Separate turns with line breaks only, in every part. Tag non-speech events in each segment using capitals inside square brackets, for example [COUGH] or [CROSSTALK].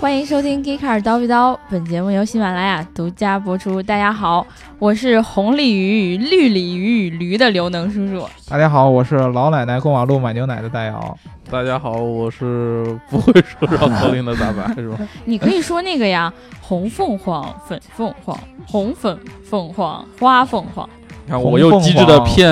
欢迎收听《Geeker 叨逼叨》，本节目由喜马拉雅独家播出。大家好，我是红鲤鱼与绿鲤鱼与驴的刘能叔叔。
大家好，我是老奶奶过马路买牛奶的大
啊
姚。
大家好，我是不会说绕口令的大
[LAUGHS]
白，是吧？
你可以说那个呀，红凤凰、粉凤凰、红粉凤凰、花凤凰。
你看，我又机智的骗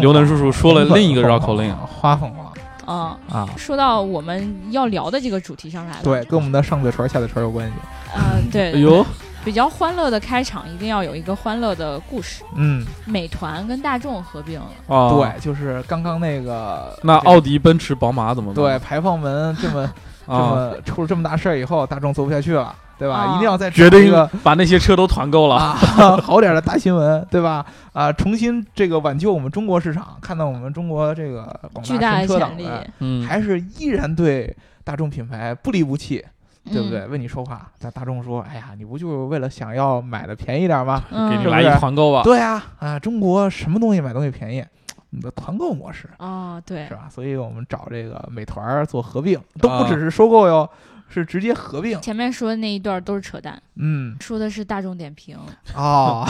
刘能叔叔说了另一个绕口令，
呃花凤凰
嗯，
啊，
说到我们要聊的这个主题上来了。
对，跟我们的上嘴唇、下嘴唇有关系。
呃，对，
哎呦，
比较欢乐的开场，一定要有一个欢乐的故事。
嗯，
美团跟大众合并了，
啊，，
对，就是刚刚那个
那
这个
奥迪、奔驰、宝马怎么办
对排放门这么这
啊，
么出了这么大事儿以后，大众做不下去了，对吧？
啊
一定要再
决
找一
定
个
把那些车都团购了。
啊 [LAUGHS] 好点儿的大新闻，对吧？啊，重新这个挽救我们中国市场，看到我们中国这个广
巨大
大
的
新车党
潜力，
们
嗯，
还是依然对大众品牌不离不弃。对不
嗯
对？？为你说话，但大众说：“哎呀，你不就是为了想要买的便宜点儿吗
嗯，
给你
是不
来
是
一团购？”吧。
对啊，啊，中国什么东西买东西便宜，你的团购模式
哦，对
是，吧？所以我们找这个美团儿做合并，都不
啊
只是收购哟，是直接合并。
前面说的那一段都是扯淡，
嗯，
说的是大众点评。
哦，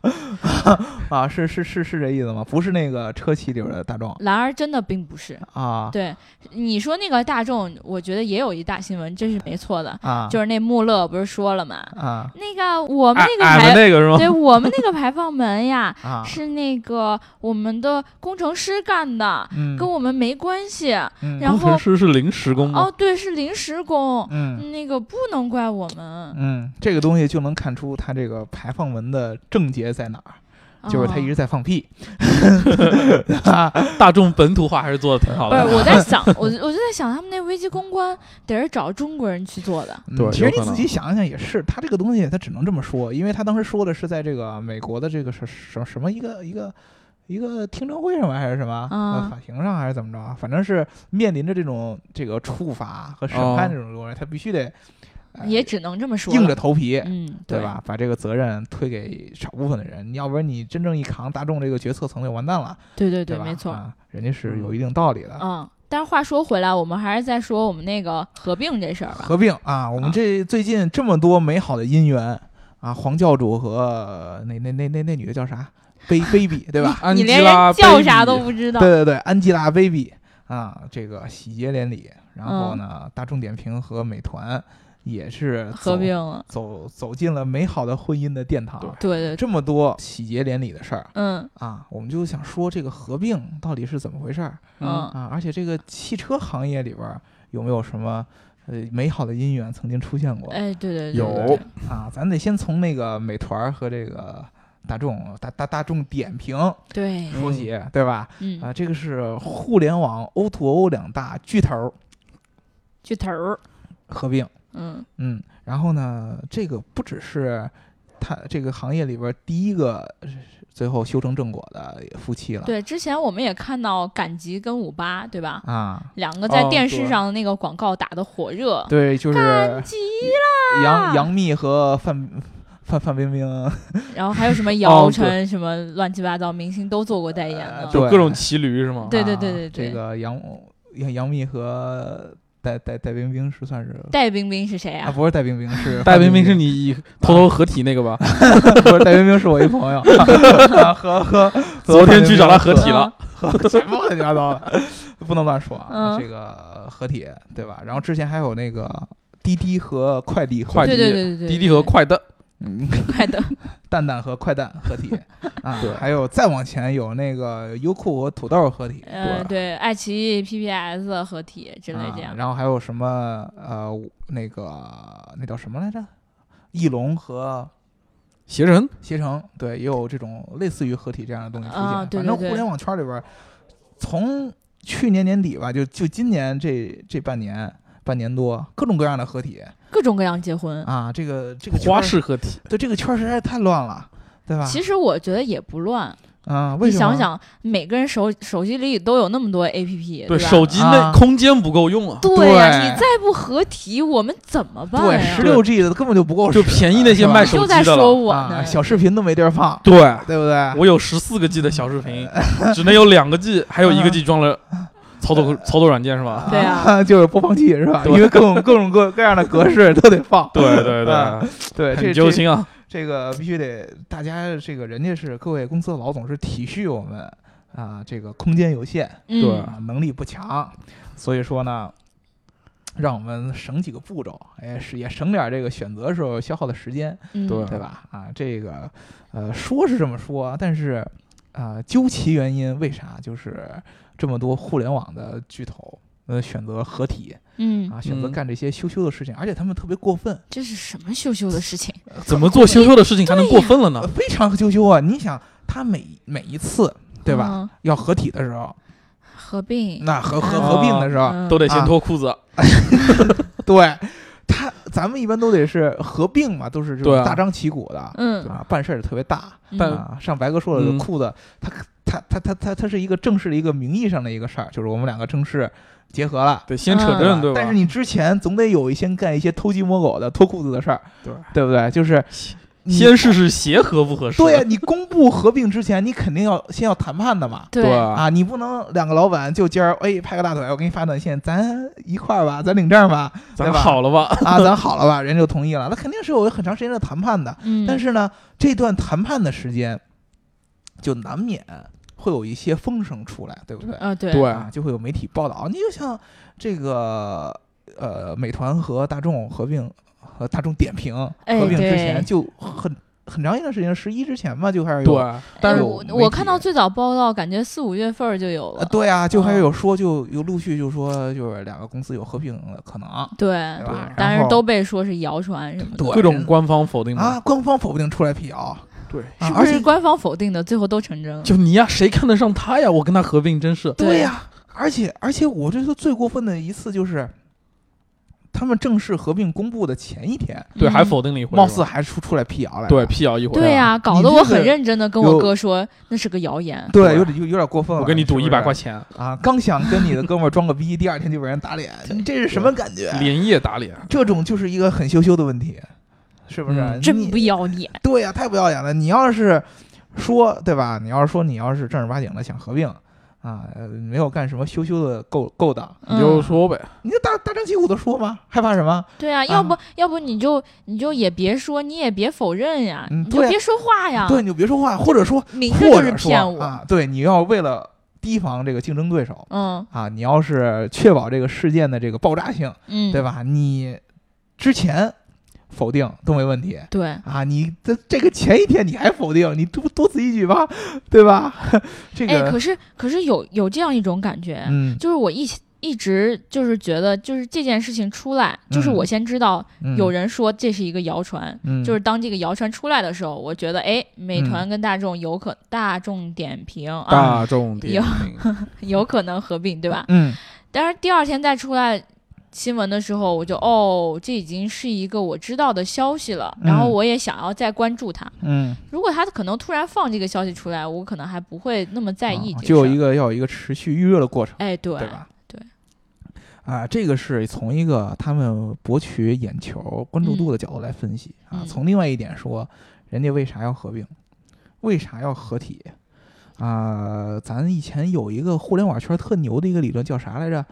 [LAUGHS] 啊，是是是是这意思吗？不是那个车企里边的大众
然而真的并不是。
啊
对，你说那个大众，我觉得也有一大新闻，这是没错的，
啊，
就是那穆勒不是说了嘛，
啊
那个我们
俺
哦那个
哎
俺
排，
们啊那哎个是吗？
对我们那个排放门呀，
啊，
是那个我们的工程师干的，
嗯，
跟我们没关系。
嗯
然后
工程师是临时工吗
哦，？对，是临时工，
嗯
那个不能怪我们，
嗯，这个东西就能看出它这个排放门的症结在哪儿。就是他一直
哦。
在放屁。
[LAUGHS]
啊
大众本土化还是做的挺好
不是，
的。
我
[LAUGHS]
在想，我我就在想，他们那危机公关得是找中国人去做的，
嗯
对
其实
有
你
可
仔
能
细想想也是，他这个东西他只能这么说，因为他当时说的是在这个美国的这个什什什么一个一个一个听证会上面还是什么、
啊
呃法庭上还是怎么着啊，反正是面临着这种这个处罚和审判
哦
这种东西，他必须得、呃
也只能这么说了。
硬着头皮。
嗯，
对？吧？把这个责任推给少部分的人，要不然你真正一扛大众这个决策层就完蛋了，
对对
对吧？
没错。
啊，人家是有一定道理的。
嗯，但是话说回来，我们还是再说我们那个合并这事儿吧。
合并啊，我们
啊
这最近这么多美好的姻缘啊，黄教主和那那那那那女的叫啥？Ba-？baby 对吧？
安
你
吉
连
拉
人叫
Baby
啥都不嗯知道
对，对对，安吉拉 baby 啊，这个喜结连理。然后
嗯
呢，大众点评和美团也是
合
走
并，了。
走走进了美好的婚姻的殿堂。
对对，对
这么多喜结连理的事儿
嗯
啊，我们就想说这个合并到底是怎么回事儿
嗯
嗯，
啊？而且这个汽车行业里边儿有没有什么呃美好的姻缘曾经出现过？
哎，对对对，
有
对对
啊，咱得先从那个美团儿和这个大众大大大众点评
对，
说起，对吧？
嗯，
啊，这个是互联网 O to O 两大巨头儿
巨头儿，
合并，
嗯
嗯，然后呢，这个不只是它这个行业里边儿第一个呃最后修成正果的夫妻了，
对，之前我们也看到赶集跟五八，对吧？
啊，
两个在
哦
电视
对
上的那个广告打得火热，
对，就是
赶集，
杨杨幂和范范范冰冰，啊
然后还有什么姚
对
晨什么乱七八糟明星都做过代言
呃
的
对，
就各种骑驴是吗？
对对
啊
对对对
这个杨杨杨幂和戴戴戴冰冰是算是
戴冰冰是谁
啊，
啊？
不是戴冰冰，
[LAUGHS]
是
戴
范
冰冰是你偷偷合体那个吧？
冰， [LAUGHS] 不是戴冰冰是我一朋
[LAUGHS]
友，啊和和 [LAUGHS]
昨天去找他合体
嗯
了，
和什么 [LAUGHS] 乱七八糟的，不能乱说啊，
嗯
这个合体对吧？然后之前还有那个滴滴和快递合
快
体，
对对
递
对对对，
滴滴和快的，
嗯，
快的，
蛋蛋和快蛋合
[LAUGHS]
体啊
对，
还有再往前有那个优酷和土豆合体，
呃，对，爱奇艺、PPS 合体之类这
啊
样。
然后还有什么呃那个那叫什么来着？翼龙和
携程
携程，对，也有这种类似于合体这样的东西出现。
啊对对
反正
对
互联网圈里边儿，从去年年底吧，就就今年这这半年半年多，各种各样的合体
各种各样结婚。
啊，这个这个圈儿
花式合体，
对这个圈儿实在是太乱了，对吧？
其实我觉得也不乱，
啊，为
你
什么？
想，想，每个人手手机里都有那么多 A P P，吧？
手机那
啊
空间不够用啊，
对呀，
对
你再不合体，我们怎么办
对，
呀
十？六 G 的根本就不够使，
就便宜那些
是吧
卖手
就
机
在
的
说
了。
我呢
啊，，小视频都没地儿放，
对，
对不对？
[LAUGHS] 我有十四个 G 的小视频，只能有两个 G，还有一个 G 装了操作操作软件是吧？
嗯对啊，
[LAUGHS] 就是播放器是吧？
对
因为各种各种各各样的格式都得放。
对对
啊
对，
对，这
很揪
这
心啊！
这个必须得大家这个人家是各位公司的老总是体恤我们啊，这个空间有限
嗯
对
啊，能力不强，所以说呢。让我们省几个步骤，哎，是也省点这个选择时候消耗的时间，
嗯
对
对吧？啊，这个呃说是这么说，但是啊、呃究其原因，为啥就是这么多互联网的巨头呃选择合体
嗯，
啊，选择
嗯
干这些羞羞的事情，而且他们特别过分，
这是什么羞羞的事情？
怎么做羞羞的事情还能过分了
呃
呢？
非常羞羞啊！你想，他每每一次对吧、
嗯？
要合体的时候，
合并
那合合
啊
合并的时候，
嗯
都得先脱裤子，
对他咱们一般都得是合并嘛，都是这
对
种
啊
大张旗鼓的。
嗯，
啊，办事儿特别大，
嗯
但
啊，上白哥说了，
嗯
这裤子，他他他他他他是一个正式的一个名义上的一个事儿，就是我们两个正式结合了，
得先扯
嗯
证对吧
但是？你之前总得有一先干一些偷鸡摸狗的、脱裤子的事儿，
对
对不对？就是你
先试试鞋合不合适？
对呀、你公布合并之前，你肯定要先要谈判的嘛。
对
啊，
啊，你不能两个老板就今儿哎拍个大腿，我给你发短信，咱一块儿吧，咱领证
[LAUGHS]
吧，
咱
对吧
好了吧？
啊，咱好了吧，人就同意了，那肯定是有很长时间的谈判的。
嗯，
但是呢，这段谈判的时间，就难免会有一些风声出来，对不对？
啊，对，
对
啊，就会有媒体报道。你就像这个呃，美团和大众合并，和大众点评
哎
合并之前
对
就很很长一段时间，十一之前吧，就开始有。
对，但
哎
是
是
我
有媒
我看
体
到最早报道，感觉四五月份儿就有
呃
了，嗯
对啊，就开始有说，就有陆续就说，就是两个公司有合并的可能，
对，
对吧？
但
啊然
是
后
都被说是谣传什么的，
对
各种官方否定
啊，
嘛。
官方否定出来辟谣，
对，
啊
是不
而且
是官方否定的，最后都成真了？
就你呀，谁看得上他呀？我跟他合并真是
对
对呀、而且而且我觉得最过分的一次就是，他们正式合并公布的前一天，
对，
嗯
还否定了一回，
貌似还出出来辟谣来了。啊
对辟谣一回。啊
对啊呀、搞
你
得
这
我
个
很认真的跟我
有
哥说那是个谣言。
对，有点有有点过分了。
我跟你赌
是不
一
是
百块钱，
啊！刚想跟你的哥们儿装个逼，第二天就被人打
[LAUGHS]
脸，你这是什么感觉？
连夜打脸。
这种就是一个很羞羞的问题，是不是？
嗯
真
你
不要
[LAUGHS]
脸！
对呀、太不要脸了！你要是说对吧？你要是说你要是正儿八经的想合并。啊，呃没有干什么羞羞的勾勾当，
你就
嗯
说呗，
你就大大张旗鼓的说嘛，害怕什么？
对啊，要
啊
不、要不你就你就也别说，你也别否认呀，
嗯
你就
对啊
别说话呀，
对，你就别说话，或者说
明着
或
就是
者说
骗我。
啊，对，你要为了提防这个竞争对手
嗯
啊，你要是确保这个事件的这个爆炸性，
嗯，
对吧？你之前否定都没问题
对
啊，你这这个前一天你还否定，你多多此一举吧，对吧？ [LAUGHS] 这
哎，
个
可是可是有有这样一种感觉，
嗯
就是我一起一直就是觉得，就是这件事情出来，就是
嗯
我先知道
嗯
有人说这是一个谣传，
嗯
就是当这个谣传出来的时候，我觉得哎，美团跟大众有可、大众点评啊，
大众点评，
有可能合并，对吧？
嗯
但是第二天再出来新闻的时候，我就哦，这已经是一个我知道的消息了，
嗯
然后我也想要再关注它。
嗯
如果他可能突然放这个消息出来，我可能还不会那么在意
啊
这个事儿、
就有一个要有一个持续预热的过程。
哎，对，
对吧？
对。
啊，这个是从一个他们博取眼球、关注度的角度来分析、
嗯
啊。
嗯
从另外一点说，人家为啥要合并，为啥要合体？啊，咱以前有一个互联网圈特牛的一个理论叫啥来着？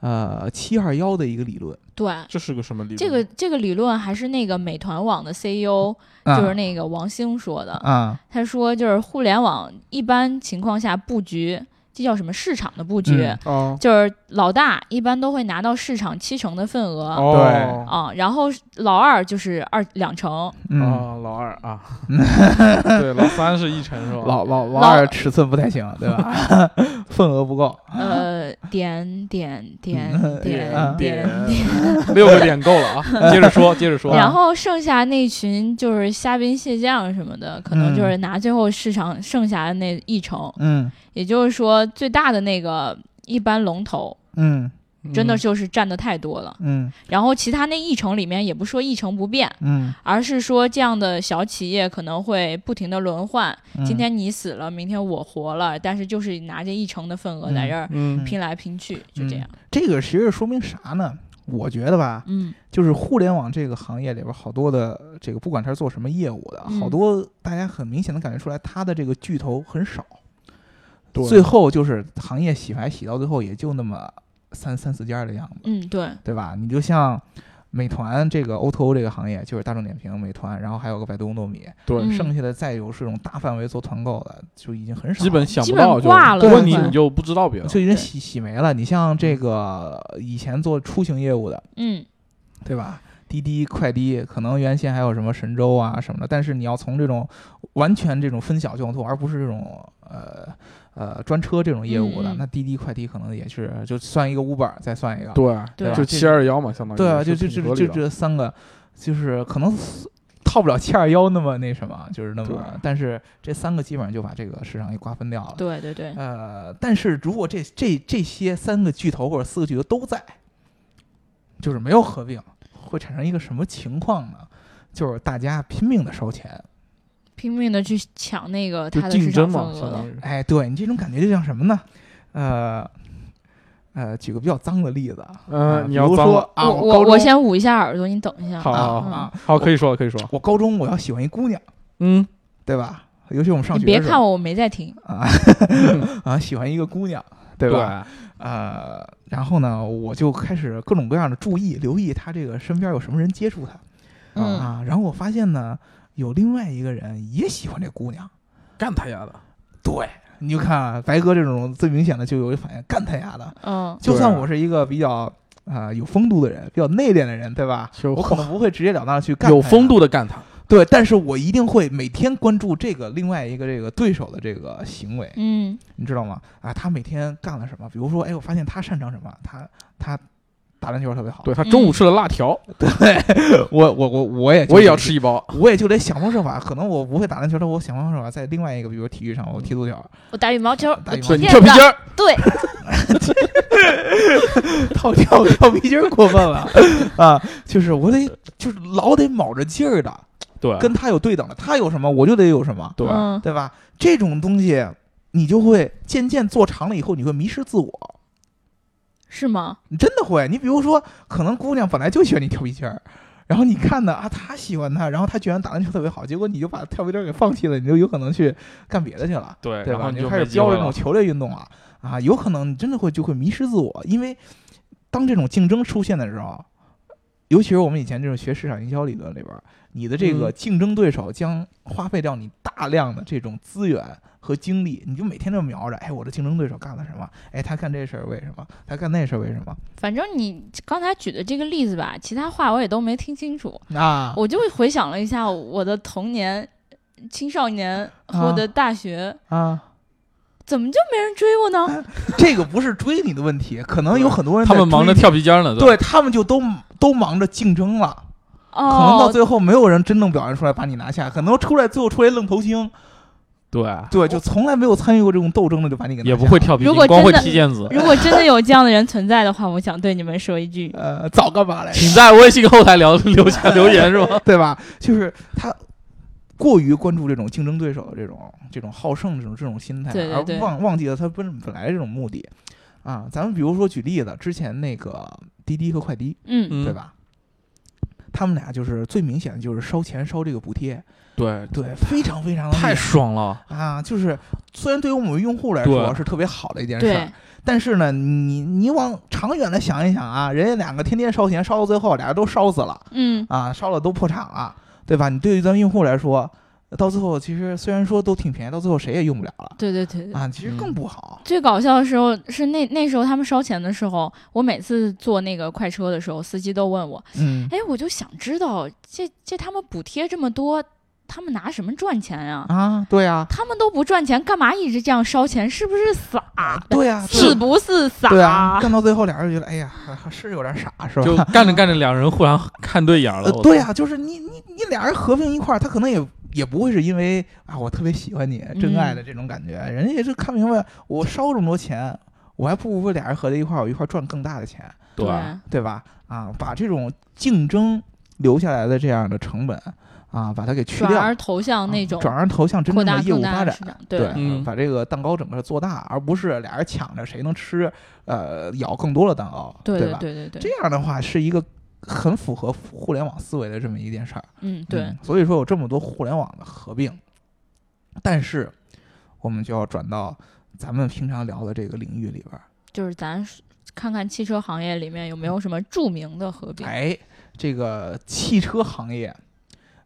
呃，七二幺的一个理论，
对
这是个什么理论？
这个这个理论还是那个美团网的 CEO，、
啊、
就是那个王兴说的。
啊，
他说，就是互联网一般情况下布局，这叫什么市场的布局？
嗯
哦
就是老大一般都会拿到市场七成的份额。
哦
啊、然后老二就是二两成，
嗯，
哦，老二
[LAUGHS]
啊，对，老三是一成是
[LAUGHS]
吧？
老老老
老
二尺寸不太行，对吧？ [LAUGHS] 份额不够，
呃，点点点
啊嗯
点
嗯
点点，
六个点够了啊，接着说，接着说，
啊
然后剩下那群就是虾兵蟹将什么的，可能就是拿最后市场剩下的那一成，
嗯
也就是说最大的那个一般龙头，
嗯
真的
是
就是占的太多了。
嗯
然后其他那一成里面也不说一成不变，
嗯，
而是说这样的小企业可能会不停的轮换，
嗯
今天你死了，明天我活了，但是就是拿这一成的份额在这儿
嗯
拼来拼去，就这样。
这个其实说明啥呢？我觉得吧，
嗯
就是互联网这个行业里边，好多的这个不管他是做什么业务的，
嗯
好多大家很明显的感觉出来，他的这个巨头很少，
对
最后就是行业洗牌洗到最后也就那么三三四家的样子，
嗯，对，
对吧？你就像美团这个 O2O 这个行业，就是大众点评、美团，然后还有个百度糯米，
对
嗯
剩下的再有这种大范围做团购的，就已经很少了，
基本想
基
不
本
到就
挂了
对
问你
对
你就不知道别的，
就已经
对
洗洗没了。你像
嗯
这个以前做出行业务的，
嗯，
对吧？滴滴、快滴，可能原先还有什么神州啊什么的，但是你要从这种完全这种分小用途，而不是这种呃呃专车这种业务的，
嗯嗯
那滴滴、快滴可能也是就算一个 Uber，再算一个，
对
对啊吧
就七二幺嘛，相当于
对啊，就是就
挺
就
合理
就
的
这三个，就是可能是套不了七二幺那么那什么，就是那
对
么，但是这三个基本上就把这个市场给瓜分掉了。
对对对，
呃，但是如果这这这些三个巨头或者四个巨头都在，就是没有合并，会产生一个什么情况呢？就是大家拼命的烧钱，
拼命的去抢那个
就
它的
竞
市
争
场
嘛，
份
相
额
当，于
哎，对你这种感觉就像什么呢？呃，呃，举个比较脏的例子啊，
嗯
呃
你要
比如
脏
说
了
啊，
我
高中
我先捂一下耳朵，你等一下。
好
啊
好
嗯
啊，
好，可以说了，可以说了，
我高中我要喜欢一姑娘，
嗯，
对吧？尤其我们上
你
学
别
的时
看
候
我，我没在听。
啊 [LAUGHS] 啊，喜欢一个姑娘，对吧？呃，然后呢，我就开始各种各样的注意、留意他这个身边有什么人接触他、
嗯，
啊。然后我发现呢，有另外一个人也喜欢这姑娘。
干他丫的，
对，你就看啊白哥这种最明显的就有反应，干他丫的！
嗯，
就
对
算
啊
我是一个比较啊、有风度的人，比较内敛的人，对吧？
就
我可能不会直截了当的去干。
有风，度的干他，
嗯
对，但是我一定会每天关注这个另外一个这个对手的这个行为。
嗯，
你知道吗？啊，他每天干了什么？比如说，哎，我发现他擅长什么，他他打篮球特别好。
对他中午吃了辣条，
嗯我我我我也就
我也要
得
吃，一包，
我也就得想方设法。可能我不会打篮球，但我想方设法在另外一个，比如体育上，我踢足球、
我打羽毛球，
打羽
对
毛球
你
天
跳皮筋儿，
对，
跳跳跳皮筋儿过
[LAUGHS]
分了啊！就是我得就是老得卯着劲儿
啊
的
对，
跟他有对等的，他有什么我就得有什么，
对，
嗯，
对吧？这种东西你就会渐渐做长了以后，你会迷失自我。
是吗？
你真的会。你比如说，可能姑娘本来就喜欢你跳皮筋儿，然后你看呢啊，她喜欢他，然后她居然打篮球特别好，结果你就把跳皮筋儿给放弃了，你就有可能去干别的去了，对
对，哎然
吧？
后你
你
就
开始
没机会
教这
了
种球类运动了啊，有可能你真的会就会迷失自我，因为当这种竞争出现的时候。尤其是我们以前这种学市场营销理论里边儿，你的这个
嗯
竞争对手将花费掉你大量的这种资源和精力，你就每天就瞄着，哎，我的竞争对手干了什么？哎，他干这事儿为什么？他干那事儿为什么？
反正你刚才举的这个例子吧，其他话我也都没听清楚，
啊，
我就回想了一下我的童年、青少年和
啊
我的大学，
啊，
怎么就没人追我呢？
这个不是追你的问题，可能有很多人
他
在
们忙着
追
跳皮筋儿呢，
你，，对他们就都都忙着竞争了，可能到
哦，
最后没有人真正表现出来把你拿下，可能出来最后出来愣头青，
对，
对，就从来没有参与过这种斗争的就把你给拿
也
下
不会，跳皮
如
筋
果，
光会
真的
踢毽子。
[LAUGHS]
如果真的有这样的人存在的话，我想对你们说一句，
呃，早干嘛来着，
请在微信后台聊留下留言是吧？
对吧？就是他。过于关注这种竞争对手的这种这种好胜这种这种心态，
对对对
而忘忘记了他本本来这种目的，啊，咱们比如说举例子，之前那个滴滴和快滴，
嗯，
对？吧？他们俩就是最明显的就是烧钱烧这个补贴，
对，
对，非常非常的厉
太
害
爽了，
啊！就是虽然对于我们用户来
对
说是特别好的一件事
对
儿，，但是呢，你你往长远的想一想啊，人家两个天天烧钱，烧到最后俩人都烧死了
嗯，
啊，烧了都破产了，对吧？你对于咱们用户来说，到最后其实虽然说都挺便宜，到最后谁也用不了了
对对对对。
啊，其实
嗯
更不好。
最搞笑的时候是那那时候他们烧钱的时候，我每次坐那个快车的时候，司机都问我，
嗯
哎，我就想知道这这他们补贴这么多，他们拿什么赚钱呀、
啊，对呀、
他们都不赚钱，干嘛一直这样烧钱？是不是傻？
啊对呀、
是不是傻？
对啊，干到最后俩人觉得，哎呀，还还是有点傻，是吧？
就干着干着，两人忽然看对眼了
呃，，
我
对呀、就是你你你俩人合并一块儿，他可能也也不会是因为啊我特别喜欢你真爱的
嗯
这种感觉，人家也是看明白我烧这么多钱，我还不如俩人合在一块儿，我一块儿赚更大的钱，
对
对吧？啊，把这种竞争留下来的这样的成本啊，把它给去
转
掉，
而投向那种
啊转而投向真
扩
正
大
的业
更
务
大
发
的
展
市。场。
对，
嗯
把这个蛋糕整个做大，而不是俩人抢着谁能吃，呃，咬更多的蛋糕，
对对
吧？
对对
这
对，
样的话是一个很符合互联网思维的这么一件事儿。
嗯对
嗯，所以说有这么多互联网的合并，但是我们就要转到咱们平常聊的这个领域里边儿，
就是咱看看汽车行业里面有没有什么著名的合并。
哎，这个汽车行业，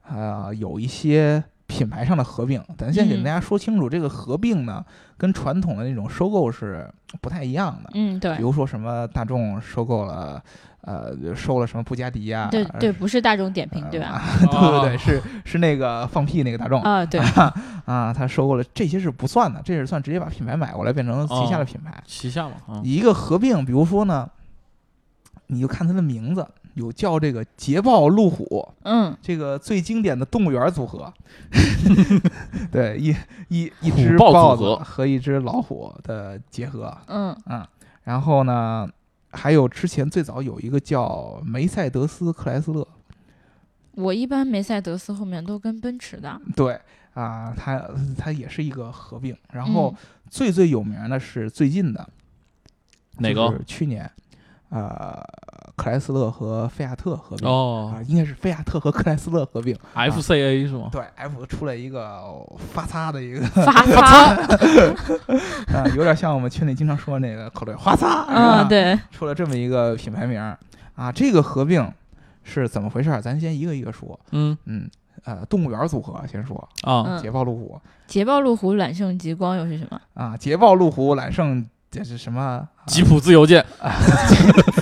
呃，有一些品牌上的合并，咱先给
嗯
大家说清楚，这个合并呢，跟传统的那种收购是不太一样的。
嗯，对
比，如说什么大众收购了，呃，收了什么布加迪呀、
对
呃
对，，不是大众点评，
呃
对吧？？
[LAUGHS] [LAUGHS] 对对
哦啊
对，是是那个放屁那个大众
啊，对，
啊，他收购了，这些是不算的，这是算直接把品牌买过来变成旗
哦
下的品牌。
旗下嘛，啊，
一个合并，比如说呢，你就看它的名字，有叫这个捷豹路虎
嗯，
这个最经典的动物园组合， [LAUGHS] 对，一一一只
虎豹
豹
组合
子和一只老虎的结合，啊
嗯，
然后呢，还有之前最早有一个叫梅赛德斯克莱斯勒，
我一般梅赛德斯后面都跟奔驰
[LAUGHS]
的，
对啊，它它也是一个合并。然
嗯
后最最有名的是最近的
哪
就
个？
是去年，呃，克莱斯勒和菲亚特合并。
哦
啊，应该是菲亚特和克莱斯勒合并，
，FCA 是吗？
对，F 出了一个发擦的一个， [LAUGHS]
嗯，发发，
啊，有点像我们群里经常说那个口头语“花擦”，是吧
嗯，，对，
出了这么一个品牌名儿啊，这个合并是怎么回事儿？咱先一个一个说，
嗯
嗯，呃，动物园组合先说，
啊，
嗯，
捷豹路虎
捷豹路虎、揽胜极光又是什么？
啊，捷豹路虎、揽胜这是什么啊
吉普自由舰，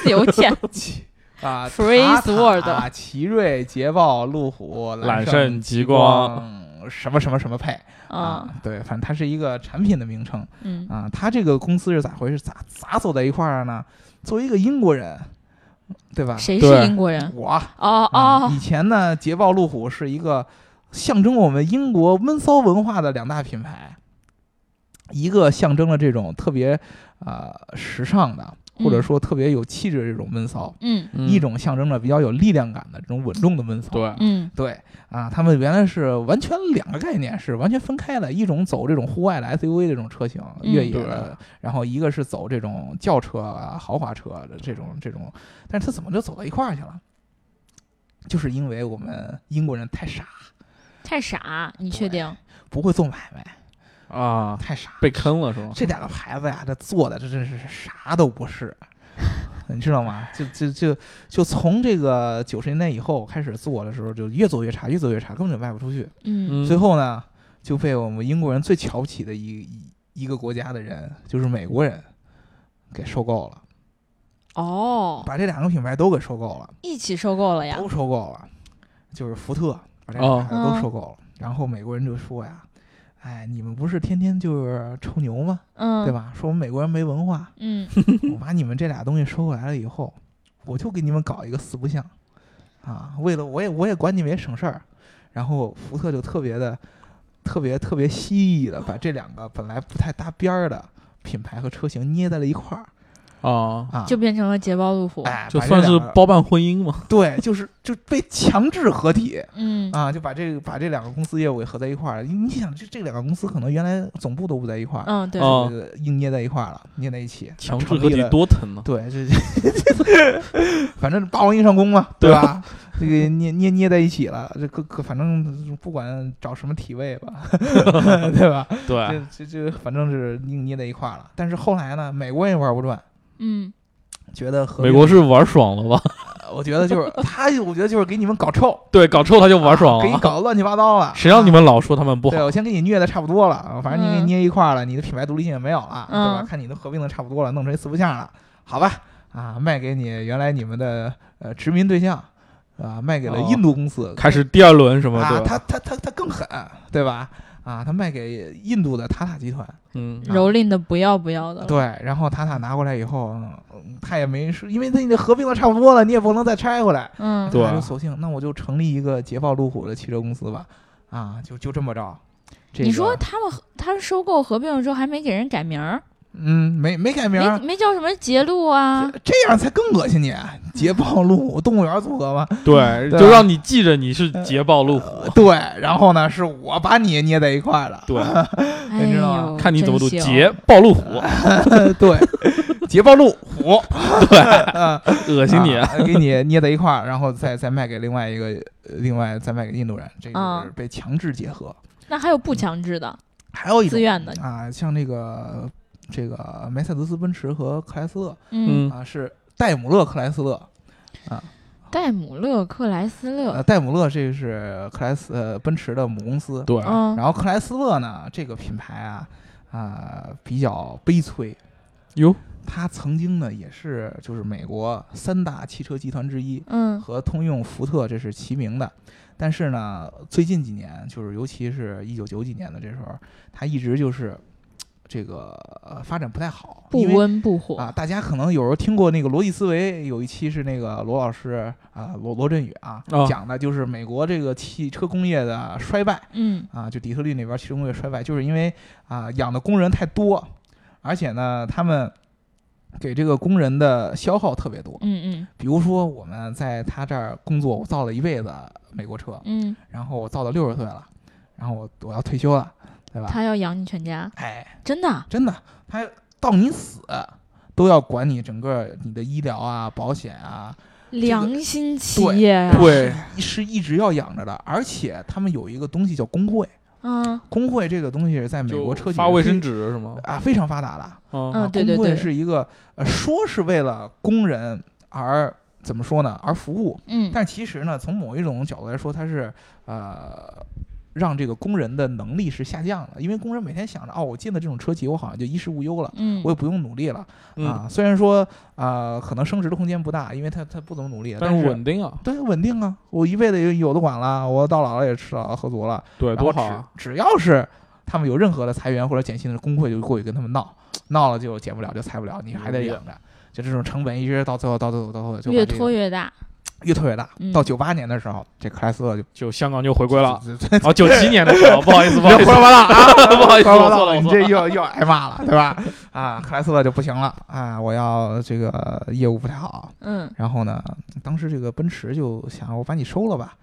自由舰，
奇啊
Free
塔塔
Sword
奇瑞、捷豹路虎、
揽
胜
胜
极
极
光，什么什么什么配
啊，，
对，反正它是一个产品的名称
嗯，
啊。它这个公司是咋回事？咋咋走在一块儿呢？作为一个英国人，对吧？
谁是
对
英国人？
我
哦
啊，
哦
以，前呢，捷豹路虎是一个象征我们英国闷骚文化的两大品牌，一个象征了这种特别呃时尚的，或者
嗯
说特别有气质的这种闷骚；
嗯
嗯
一种象征着比较有力量感的这种稳重的闷骚。
对，
嗯
对啊，他们原来是完全两个概念，是完全分开的。一种走这种户外的 SUV 这种车型，
嗯
越野的，然后一个是走这种轿车啊、豪华车的这种这种，但是它怎么就走到一块儿去了？就是因为我们英国人太傻，
太傻，你
对
确定？
不会做买卖，
啊，
太傻。
被坑了是吗？
这两个牌子呀，这做的这真是啥都不是， [LAUGHS] 你知道吗？就就就就从这个九十年代以后开始做的时候，就越做越差，越做越差，根本就卖不出去。
嗯，
嗯
最后呢，就被我们英国人最瞧不起的一一一个国家的人，就是美国人，给收购了，
哦，
把这两个品牌都给收购了，
一起收购哎了呀？
都收购了，就是福特把这两个牌子
嗯
都收购了。然后美国人就说呀：“哎，你们不是天天就是臭牛吗？
嗯，
对？吧？说我们美国人没文化，
嗯，
我把你们这俩东西收过来了以后，我就给你们搞一个四不像，啊，为了我也我也管你们也省事儿。然后福特就特别的、特别特别蜥蜴的把这两个本来不太搭边儿的品牌和车型捏在了一块儿
啊，
啊，
就变成了捷豹路虎。
哎，
就
把这
算是
两个
包办婚姻嘛。
对，就是就被强制合体
嗯
啊，就把这个把这两个公司业务给合在一块儿了。你你想，这这两个公司可能原来总部都不在一块儿，
嗯，对，
哦
这个硬捏在一块儿了，捏在一起，
强制
成
合
立
体
了
多疼啊
[LAUGHS]
呢！
对，这这， [LAUGHS] 反正霸王硬上弓嘛，对
啊
吧？这个捏捏捏在一起了，这各各反正不管找什么体位
[LAUGHS]
吧，对吧？
对，
这这这反正是硬捏在一块儿了。但是后来呢，美国也玩不转，
嗯，
觉得合
美
并
国，是玩爽了吧？ [LAUGHS]
我觉得就是他，我觉得就是给你们搞臭，
对，搞臭他就玩爽
给你
了，
搞得乱七八糟了。
哦谁让你
啊
们老说他们不好
对，？我先给你虐的差不多了，啊反正你给
嗯
捏一块儿了，你的品牌独立性也没有了，对吧
嗯？
看你都合并的差不多了，弄成一四不像了，好吧？啊，卖给你原来你们的呃殖民对象，啊，卖给了
哦
印度公司，
开始第二轮什么
啊，
对吧？
他他他他更狠，对吧？啊，他卖给印度的塔塔集团，
嗯，
蹂躏的不要不要的了。
对，然后塔塔拿过来以后，嗯他也没说，因为他已经合并的差不多了，你也不能再拆回来，
嗯，
对
他就索性那我就成立一个捷豹路虎的汽车公司吧，啊，就就这么着。这
你
个
说他们合他们收购合并了之后还没给人改名儿，
嗯，没没改名儿
没，没叫什么捷路
[LAUGHS]
啊？
这这样才更恶心你！啊
[LAUGHS]
捷豹路虎动物园组合吧，[LAUGHS]
对，啊
对
就
吧
让你记着你是捷豹路虎，
呃对，然后呢，是我把你捏在一块儿了，
对，
哎
你知道吗
呦，
看你怎么读
真行
捷豹路虎，
嗯
呃
对， [LAUGHS] 捷豹路
[LAUGHS]
虎， [LAUGHS] 对，
恶
恶
心你。啊
给你捏在一块儿，然后再再卖给另外一个，呃另外再卖给印度人，这就
啊
是被强制结合。
那还有不强制的，
还有一
自
种
愿的，
啊，像这个这个梅赛德斯奔驰和克莱斯勒
嗯，
嗯，
啊，是戴姆勒克莱斯勒。
戴姆勒克莱斯勒
呃，，戴姆勒这是克莱斯呃奔驰的母公司，
对，
嗯，
然后克莱斯勒呢这个品牌啊啊、比较悲催，
哟，
它曾经呢也是就是美国三大汽车集团之一，
嗯
和通用、福特这是齐名的。但是呢，最近几年，就是尤其是一九九几年的这时候，它一直就是嘖这个呃发展不太好，
不
因为
温不火，
啊，大家可能有时候听过那个逻辑思维，有一期是那个罗老师啊，罗罗振宇啊、
啊
讲的就是美国这个汽车工业的衰败
嗯
啊，就底特律那边汽车工业衰败，就是因为啊养的工人太多，而且呢他们给这个工人的消耗特别多。
嗯
比如说我们在他这儿工作，我造了一辈子美国车
嗯，嗯，
然后我造到六十岁了，然后我我要退休了，对吧？
他要养你全家，
哎，
真的啊，
真的，他到你死都要管你整个你的医疗啊、保险啊，
良心企业啊呀，
对，
是一直要养着的。而且他们有一个东西叫工会，
嗯
工会这个东西是在美
就
国车企
发卫
是
生纸
[LAUGHS]
是吗？
啊非常发达的。
啊，
嗯，对对
工会
对，
是一个呃说是为了工人而怎么说呢而服务，
嗯
但其实呢，从某一种角度来说，它是呃。让这个工人的能力是下降的，因为工人每天想着，哦，我进了这种车企，我好像就衣食无忧了，
嗯，
我也不用努力了，
嗯，
啊，虽然说啊，可能升职的空间不大，因为他他不怎么努力，
但
但
是稳定啊，
对稳定啊，我一辈子有有的管了，我到老了也吃老了喝足了，
对，
然后
多好啊，
只！只要是他们有任何的裁员或者减薪的工会，就过去跟他们闹，闹了就减不了，就裁不了，你还得
牛逼
养着。就这种成本一直到最后，到最后，到最后就把
越
这个
拖越大，
越拖越大。
嗯
到九八年的时候，这克莱斯勒就，
就香港就回归了
[LAUGHS]
[LAUGHS]
就
哦，九七年的时候，不好意思，不好意思， [LAUGHS]
完了啊！
不好意思，
糟了
我错
糟
了，
了，
我
你
错
这
了。
又又挨骂了，对吧？啊，克莱斯勒就不行了啊！我要这个业务不太好，
嗯
然后呢，当时这个奔驰就想我把你收了吧，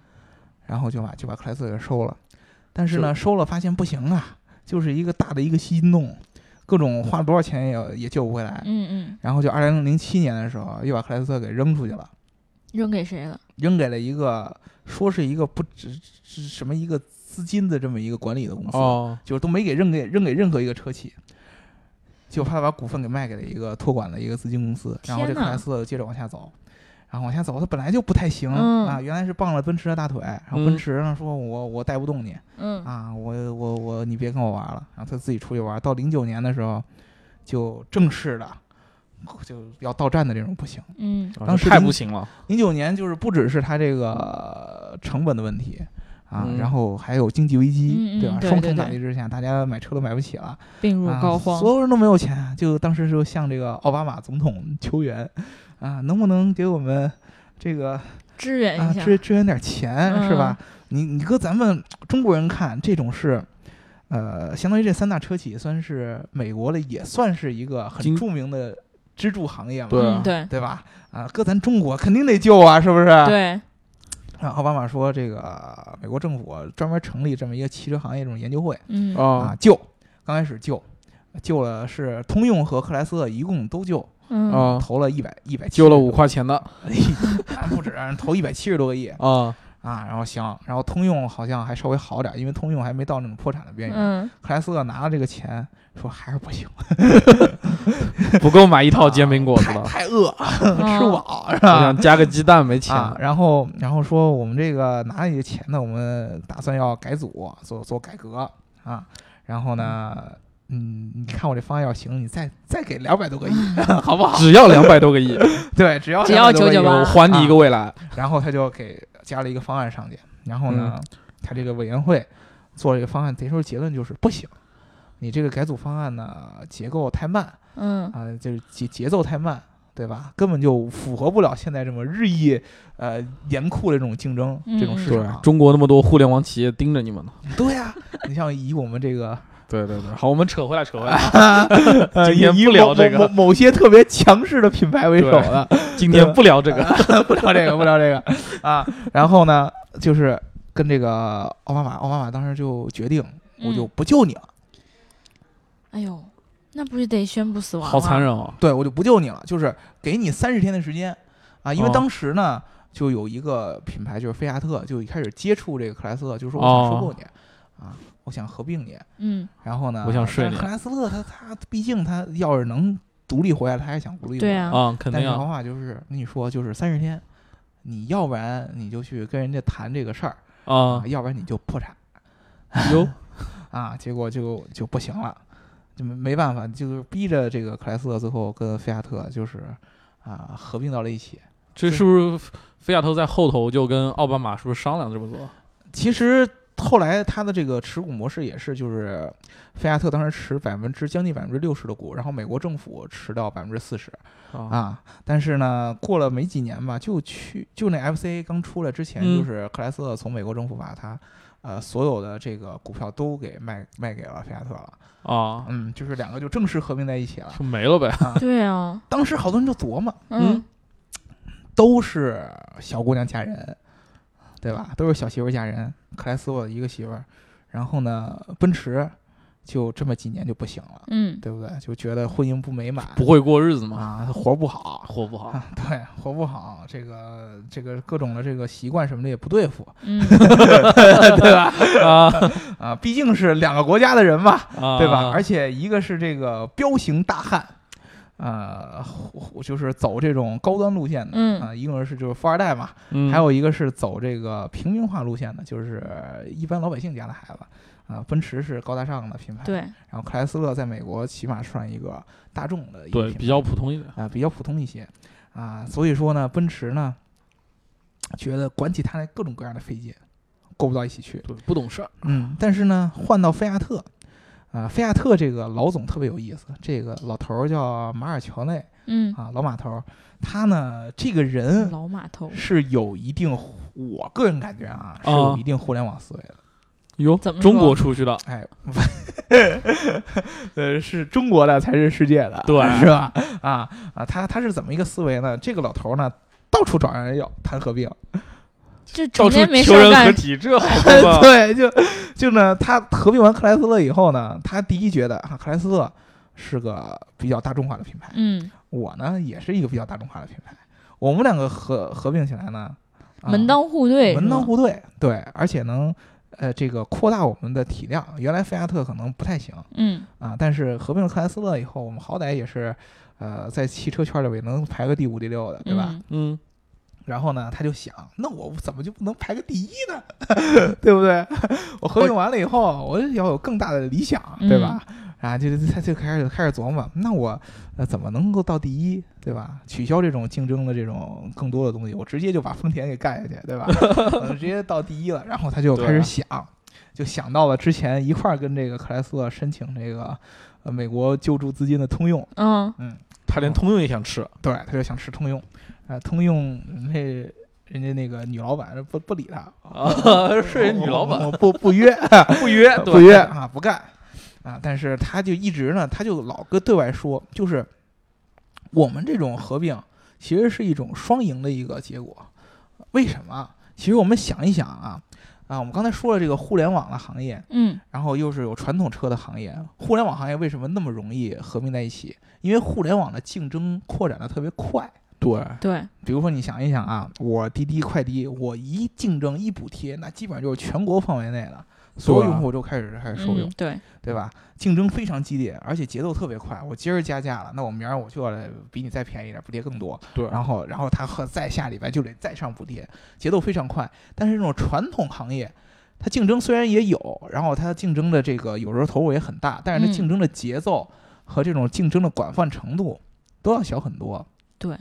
然后就把就把克莱斯勒给收了，但是呢，收了发现不行啊，就是一个大的一个心洞，各种花了多少钱也也救不回来。
嗯嗯，
然后就二零零七年的时候，又把克莱斯勒给扔出去了，
扔给谁了？
扔给了一个说是一个不知什么一个资金的这么一个管理的公司，
哦，
就是都没给扔给扔给任何一个车企。就怕他把股份给卖给了一个托管的一个资金公司，然后这
天
克
哪
莱斯勒接着往下走，然后往下走，他本来就不太行、
嗯
啊，原来是傍了奔驰的大腿，然后
嗯
奔驰呢说我我带不动你
嗯
啊，我我我你别跟我玩了，然后他自己出去玩，到零九年的时候就正式的就要到站的这种不行，
嗯
啊
当时
太
零
不行了，
零九年就是不只是他这个成本的问题啊，
嗯
然后还有经济危机，
嗯嗯
对吧？
对
双
对
重
对
打击之下，大家买车都买不起了。
病入膏
啊，
肓，
所有人都没有钱，就当时就向这个奥巴马总统求援，啊，能不能给我们这个
支援
啊
一下，
支支援点钱、
嗯
是吧？你你搁咱们中国人看，这种是，呃，相当于这三大车企算是美国的，也算是一个很
经
著名的支柱行业嘛，
对啊
嗯对
对吧？啊，搁咱中国肯定得救啊，是不是？对。
对，
啊，奥巴马说这个美国政府专门成立这么一个汽车行业这种研究会。
嗯
啊
啊，救，刚开始救，救了是通用和克莱斯勒一共都救，
嗯
啊，
投了一百一百，
揪了五块钱的
哎不止，投一百七十多个亿
啊，
啊，然后行，然后通用好像还稍微好点，因为通用还没到那种破产的边缘，
嗯
克莱斯勒拿了这个钱，说还是不行，
不够买一套煎饼果子
太
了，
太饿， [LAUGHS] 吃不
嗯
饱是
我
吧
想？加个鸡蛋没钱，
啊，然后然后说我们这个拿了你的钱呢，我们打算要改组，做做改革啊。然后呢，嗯，你看我这方案要行，你再再给两百多个亿， [LAUGHS] 好不好？
只要两百多个 [LAUGHS] 亿，啊
对，只要
只要
200多个亿
998
我还你一个未来。
然后他就给加了一个方案上去，然后呢，他这个委员会做了一个方案，得出结论就是不行，你这个改组方案呢结构太慢
嗯
啊、就是节节奏太慢，对吧？根本就符合不了现在这么日益呃严酷的这种竞争、这种
嗯
市
对
场，。
中国那么多互联网企业盯着你们呢。
对呀、你像以我们这个
[LAUGHS] 对对对，好，我们扯回来，扯回 [LAUGHS] 来。
呃
今天
以
不
以
聊
某
这个
某某某些特别强势的品牌为首的，
今天不聊这个，
[LAUGHS] 不聊这个，不聊这个啊。然后呢，就是跟这个奥巴马，奥巴马当时就决定，
嗯
我就不救你了，
哎呦，那不是得宣布死亡？
[LAUGHS] 好残！忍哦。
对我就不救你了，就是给你三十天的时间啊。因为
哦
当时呢，就
哦
有一个品牌就是菲亚特就开始接触这个克莱斯勒，就说我想收购你、啊。我想合并你，
嗯，
然后呢，
我想睡
但是
你
克莱斯勒他他毕竟他要是能独立回来，他还想独立
对
回来
啊
啊，肯
但
定
是
啊
的话就是跟你说就是三十天，你要不然你就去跟人家谈这个事儿
啊
要不然你就破产
[LAUGHS] 哟，
啊。结果就就不行了，就没没办法，就是逼着这个克莱斯勒最后跟菲亚特就是啊合并到了一起。
这是不是菲亚特在后头就跟奥巴马是不是商量这么做？
其实后来他的这个持股模式也是，就是菲亚特当时持百分之将近百分之六十的股，然后美国政府持到百分之四十
啊
啊。但是呢，过了没几年吧，就去就那 FCA 刚出来之前，
嗯
就是克莱斯勒从美国政府把他。呃，所有的这个股票都给卖卖给了菲亚特了，
啊，
嗯，就是两个就正式合并在一起了。
就没了呗。
对啊，
[LAUGHS] 当时好多人就琢磨，
嗯，
都是小姑娘嫁人，对吧？都是小媳妇儿嫁人，克莱斯沃一个媳妇儿，然后呢，奔驰就这么几年就不行了，
嗯，
对不对？就觉得婚姻不美满，
不会过日子嘛，
啊，活不好。
活 [LAUGHS] 不好。
啊，对，活不好，这个这个各种的这个习惯什么的也不对付
嗯，
[LAUGHS]
啊
啊，毕竟是两个国家的人嘛，
啊，
对吧？而且一个是这个彪形大汉，呃，虎虎就是走这种高端路线的，
嗯
啊，一个是就是富二代嘛，
嗯
还有一个是走这个平民化路线的，就是呃一般老百姓家的孩子。啊、奔驰是高大上的品牌，。
对，
然后克莱斯勒在美国起码算一个大众的一个
对
品牌
比较普通一点
啊、比较普通一些啊、所以说呢，奔驰呢觉得管起他来各种各样的费劲，过不到一起去。
对，不懂事儿。
嗯，但是呢，换到菲亚特，啊、菲亚特这个老总特别有意思，这个老头儿叫马尔乔内
嗯，
啊，老马头儿，他呢这个人
老码头
是有一定互，我个人感觉啊，是
啊
有一定互联网思维的。
哟，
怎么说
中国出去的？ [LAUGHS]
哎， [LAUGHS] 呃，是中国的才是世界的，
对
是吧？啊啊，他他是怎么一个思维呢？这个老头儿呢，到处找人要谈合
啊
并，
这整
到处
天没事
求
儿
人合
干，
体，这好办 [LAUGHS]
[LAUGHS]
法
对，就就呢，他合并完克莱斯勒以后呢，他第一觉得啊，克莱斯勒是个比较大众化的品牌，
嗯，
我呢也是一个比较大众化的品牌，我们两个合合并起来呢，啊
门当户对，
门当
是吧
户对，对，而且能呃这个扩大我们的体量。原来菲亚特可能不太行
嗯，
啊，但是合并了克莱斯勒以后，我们好歹也是呃在汽车圈里边能排个第五、第六的，对吧？
嗯？
嗯，
然后呢，他就想，那我怎么就不能排个第一呢？ [LAUGHS] 对不对？ [LAUGHS] 我合并完了以后，我就要有更大的理想，对吧？啊，就就他就开始开始琢磨，那我呃怎么能够到第一，对吧？取消这种竞争的这种更多的东西，我直接就把丰田给干下去，对吧？我就直接到第一了。然后他就
对
开始想，就想到了之前一块儿跟这个克莱斯勒申请这个呃美国救助资金的通用，
嗯，
嗯，
他
哦
连通用也想吃，
对，他就想吃通用，啊、通用那人家那个女老板不不理他，
啊， [LAUGHS] 是人女老板
我不不约
不约，
哦不
[LAUGHS] 对
约啊，不干啊，但是他就一直呢，他就老跟对外说，就是我们这种合并其实是一种双赢的一个结果，为什么？其实我们想一想啊。啊，我们刚才说了这个互联网的行业，
嗯，
然后又是有传统车的行业，互联网行业为什么那么容易合并在一起？因为互联网的竞争扩展的特别快，
对，
对，
比如说，你想一想啊，我滴滴、快滴，我一竞争一补贴，那基本上就是全国范围内的所有用户都开始开始受用
嗯，，对，
对吧？竞争非常激烈，而且节奏特别快。我今儿加价了，那我明儿我就要来比你再便宜点，补贴更多。
对
然后然后他和再下礼拜就得再上补贴，节奏非常快。但是这种传统行业，它竞争虽然也有，然后它竞争的这个有时候投入也很大，但是
嗯
它竞争的节奏和这种竞争的广泛程度都要小很多。
对，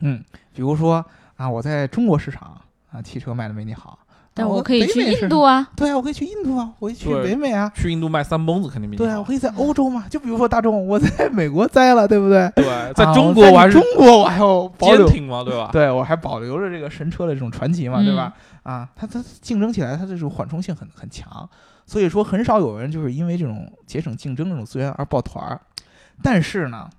嗯，比如说啊，我在中国市场啊，汽车卖的没你好，
但
啊
我可以
北
去
美市
印
场
度啊，
对啊，我可以去印度啊，我可以去
对嗯
北美啊，
去印度卖三蹦子肯定比你
对啊，
好
我可以在欧洲嘛，就比如说大众，我在美国栽了，对不对？
对，在
啊
中国
在
我还是
中国我还有保
坚
留，
挺嘛，对吧？
[LAUGHS] 对我还保留着这个神车的这种传奇嘛，
嗯
对吧？啊，它它竞争起来，它这种缓冲性很很强，所以说很少有人就是因为这种节省竞争这种资源而抱团儿。但是呢，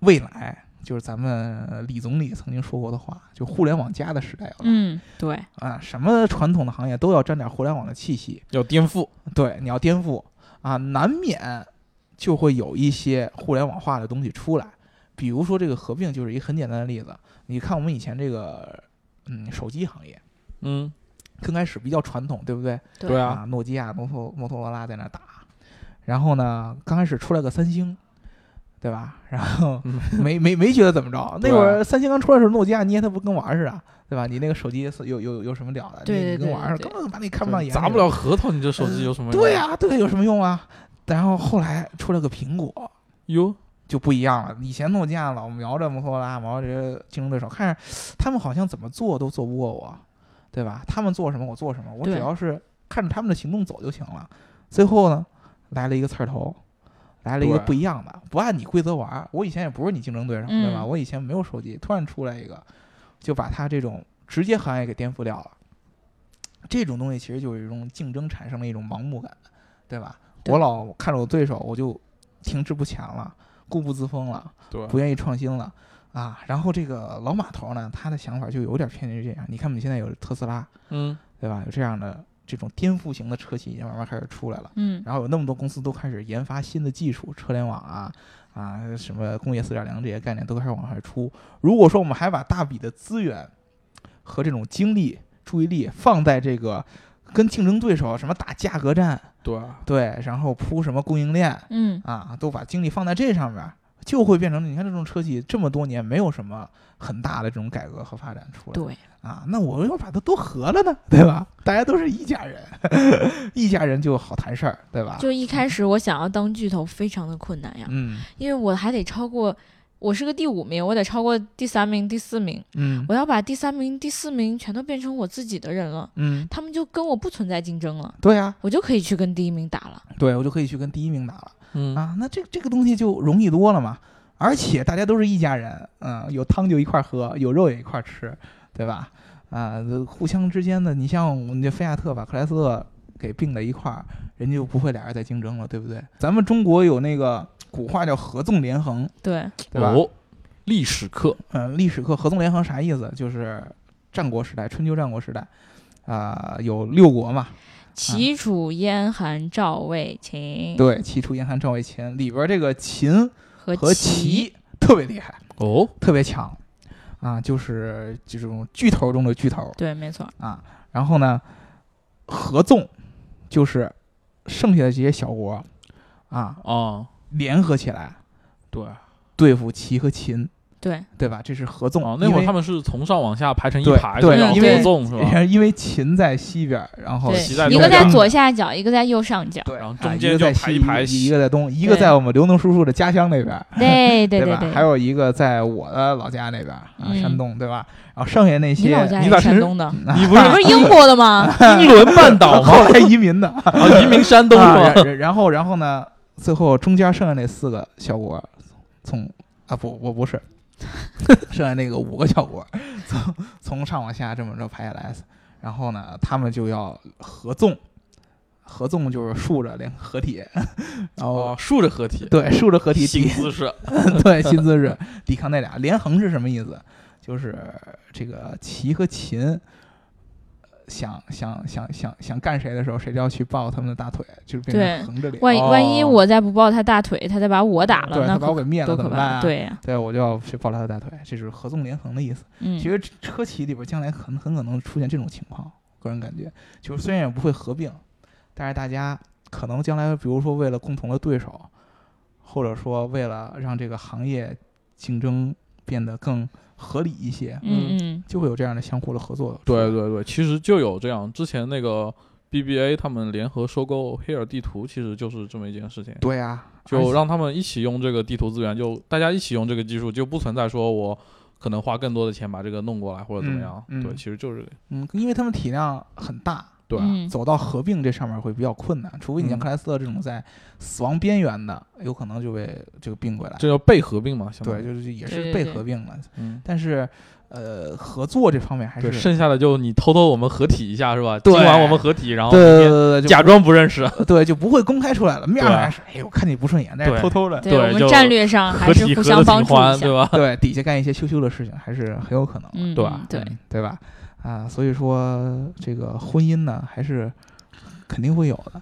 未来就是咱们李总理曾经说过的话，就互联网加的时代要来、
嗯，对，
啊，什么传统的行业都要沾点互联网的气息。
要颠覆，
对，你要颠覆啊，难免就会有一些互联网化的东西出来。比如说这个合并就是一个很简单的例子。你看我们以前这个嗯手机行业，
嗯，
刚开始比较传统，对不对？
对
对啊，
啊，诺基亚、摩托摩托罗拉在那打，然后呢，刚开始出来个三星，对吧？然后
嗯
没没没觉得怎么着，那
对啊
会儿三星刚出来的时候，诺基亚捏它不跟玩儿似的，对吧？你那个手机是有有有什么了的？
对对
你你跟
对
玩儿似
对
的，根本把你看不到眼里，
砸不了核桃，你这手机有什么？
对，呀、对，有什么用啊？然后后来出了个苹果，
哟，
就不一样了。以前诺基亚老瞄着摩托罗拉，瞄着这些竞争对手，看着他们好像怎么做都做不过我，对吧？他们做什么我做什么，我
对
只要是看着他们的行动走就行了。最后呢，来了一个刺儿头，来了一个
对
不一样的，不按你规则玩儿。我以前也不是你竞争对手，对吧？
嗯
我以前没有手机，突然出来一个，就把他这种直接行业给颠覆掉了。这种东西其实就是一种竞争产生的一种盲目感，对吧？
对
我老看着我对手，我就停滞不前了，固步自封了，
对
不愿意创新了啊。然后这个老码头呢，他的想法就有点偏于这样。你看我们现在有特斯拉，
嗯，
对吧？有这样的这种颠覆型的车企已经慢慢开始出来了。
嗯，
然后有那么多公司都开始研发新的技术，车联网啊啊什么工业四点零这些概念都开始往外出。如果说我们还把大笔的资源和这种精力、注意力放在这个跟竞争对手什么打价格战，
对，
对，啊然后铺什么供应链
嗯，
啊，都把精力放在这上面儿。就会变成你看这种车企这么多年没有什么很大的这种改革和发展出来，
对，
啊，那我要把它都合了呢，对吧？大家都是一家人， [LAUGHS] 一家人就好谈事儿，对吧？
就一开始我想要当巨头非常的困难呀，
嗯
因为我还得超过，我是个第五名，我得超过第三名、第四名，
嗯
我要把第三名、第四名全都变成我自己的人了，
嗯，
他们就跟我不存在竞争了，
对呀、
我就可以去跟第一名打了。
对我就可以去跟第一名打了
嗯，
啊，那这这个东西就容易多了嘛。而且大家都是一家人，嗯，有汤就一块儿喝，有肉也一块儿吃，对吧？啊、这互相之间的，你像我们这菲亚特把克莱斯勒给并在一块儿，人家就不会俩人再竞争了，对不对？咱们中国有那个古话叫合纵连横，
对，
对吧？
哦，历史课，
嗯，历史课合纵连横啥意思？就是战国时代、春秋战国时代，啊、有六国嘛，
齐楚燕韩赵魏秦
啊对，齐、楚、燕、韩、赵、魏、秦，里边这个秦
和
和
齐，
齐特别厉害，
哦，
特别强，啊，就是这种巨头中的巨头
对，没错，
啊。然后呢，合纵就是剩下的这些小国啊，
啊，
联合起来
对，
对啊付齐和秦，
对，
对吧？这是合纵。
哦，那会
因
儿
为
他们是从上往下排成一
对
排，
对
然后
因为
合纵是
[LAUGHS]
吧？
因为秦在西边，然后
对
齐在
一
东
个
边
在左下角，一个在右上角，
对，
然后
啊
中
一
间
个
就
在
排一
西
排
一个在东，一个在我们刘能叔叔的家乡那边，
对对
吧？
对，
还有一个在我的老家那边啊，
嗯
山东，对吧？然后剩下那
你
些
老家
你
也
咋
是山
是
[LAUGHS]
东的， [LAUGHS]
你不
你不
是
是英国的吗？
哦
英伦半岛吗？
后来移民
[LAUGHS]
的，啊
啊，移民山东是吧？
[LAUGHS] 然然后然后呢，最后中间剩下那四个小国，从啊不我不是， [LAUGHS] 剩下那个五个小国，从从上往下这么着排下来，然后呢，他们就要合纵。合纵就是竖着联合体， [LAUGHS] 然后
哦，竖着合体，
对竖着合体
新
抵
姿势，
对，新姿势抵抗那俩连横是什么意思？就是这个齐和秦呃想想想想想干谁的时候，谁就要去抱他们的大腿，就是变
对
成横着脸。
万一万一
哦
我再不抱他大腿，他再把我打了，
对
那
他把我
可
给灭了
多
怎
可
么办、
怕！
啊？，
对呀，
对我就要去抱他的大腿，这就是合纵连横的意思。
嗯，
其实车企里边将来很很可能出现这种情况，个人感觉，就是虽然也不会合并，但是大家可能将来，比如说为了共同的对手，或者说为了让这个行业竞争变得更合理一些，
嗯嗯，
就会有这样的相互的合作。
对，对对，其实就有这样，之前那个 BBA 他们联合收购 Here 地图，其实就是这么一件事情，
对呀、而且
就让他们一起用这个地图资源，就大家一起用这个技术，就不存在说我可能花更多的钱把这个弄过来或者怎么样。
嗯嗯
对，其实就是这个
嗯，因为他们体量很大，
对啊、
嗯
走到合并这上面会比较困难，除非你像
嗯
克莱斯勒这种在死亡边缘的，有可能就被这个并过来。
这叫被合并嘛，相当
对，
于
就是也
对对
是被
对
合并了，
嗯。
但是，呃，合作这方面还是
对，剩下的就你偷偷我们合体一下是吧？
对
今晚我们合体，然后
对
明
对
天
对对，就
假装不认
啊
识，
不对就不会公开出来了，面上
对啊
还是哎，我看你不顺眼，但是
对
偷偷的
对
对
我们
就
战略上还
合
是
体
互
合
相
的
帮
挺
助一
欢，
下
对，
[LAUGHS]
吧？
对底下干一些羞羞的事情，还是很有可能的，
嗯，
对吧
对，
嗯对吧？啊，所以说这个婚姻呢，还是肯定会有的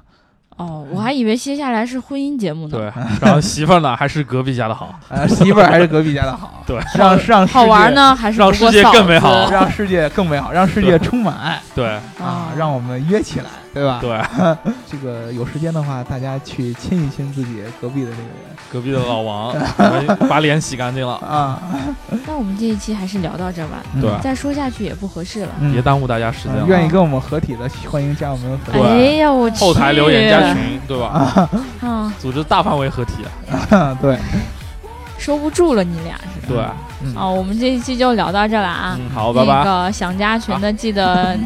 哦，我还以为接下来是婚姻节目呢。
对，然后媳妇儿呢还是隔壁家的好， [LAUGHS]
呃，媳妇儿还是隔壁家的好，
对，
让让世
好玩
界，
呢，还是
让
不过
世界
嫂
更美
子
好
让世界更美好，让世界充满爱
对
啊！让我们约起来，对吧？
对，
这个有时间的话，大家去亲一亲自己隔壁的这个人
隔壁的老王把把脸洗干净了，
啊，
那我们这一期还是聊到这吧，
对
嗯
再说下去也不合适了。哎
嗯
别耽误大家时间
呃
了。
愿意跟我们合体的，欢迎加我们合体。
哎呀，我去
后台留言加群，对吧？
啊，
组织大范围合体，
[LAUGHS] 对，
收不住了，你俩是
对，
嗯
啊。我们这一期就聊到这了啊。
嗯，好，拜拜。
那个想加群的记得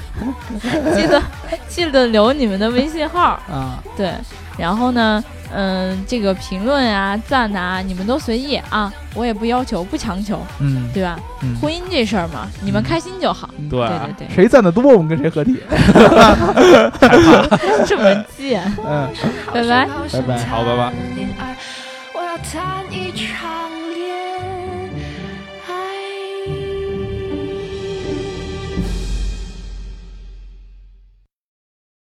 [LAUGHS] 记得记得留你们的微信号，
啊，
对，然后呢，嗯，这个评论啊、赞啊，你们都随意啊，我也不要求，不强求，
嗯
对吧？
嗯，
婚姻这事儿嘛，你们
嗯
开心就好。
对
对对
谁赞的多，我们跟谁合体。 [LAUGHS]
对，这么啊贱。
嗯。
拜拜
拜拜
好拜拜。
我要谈一场。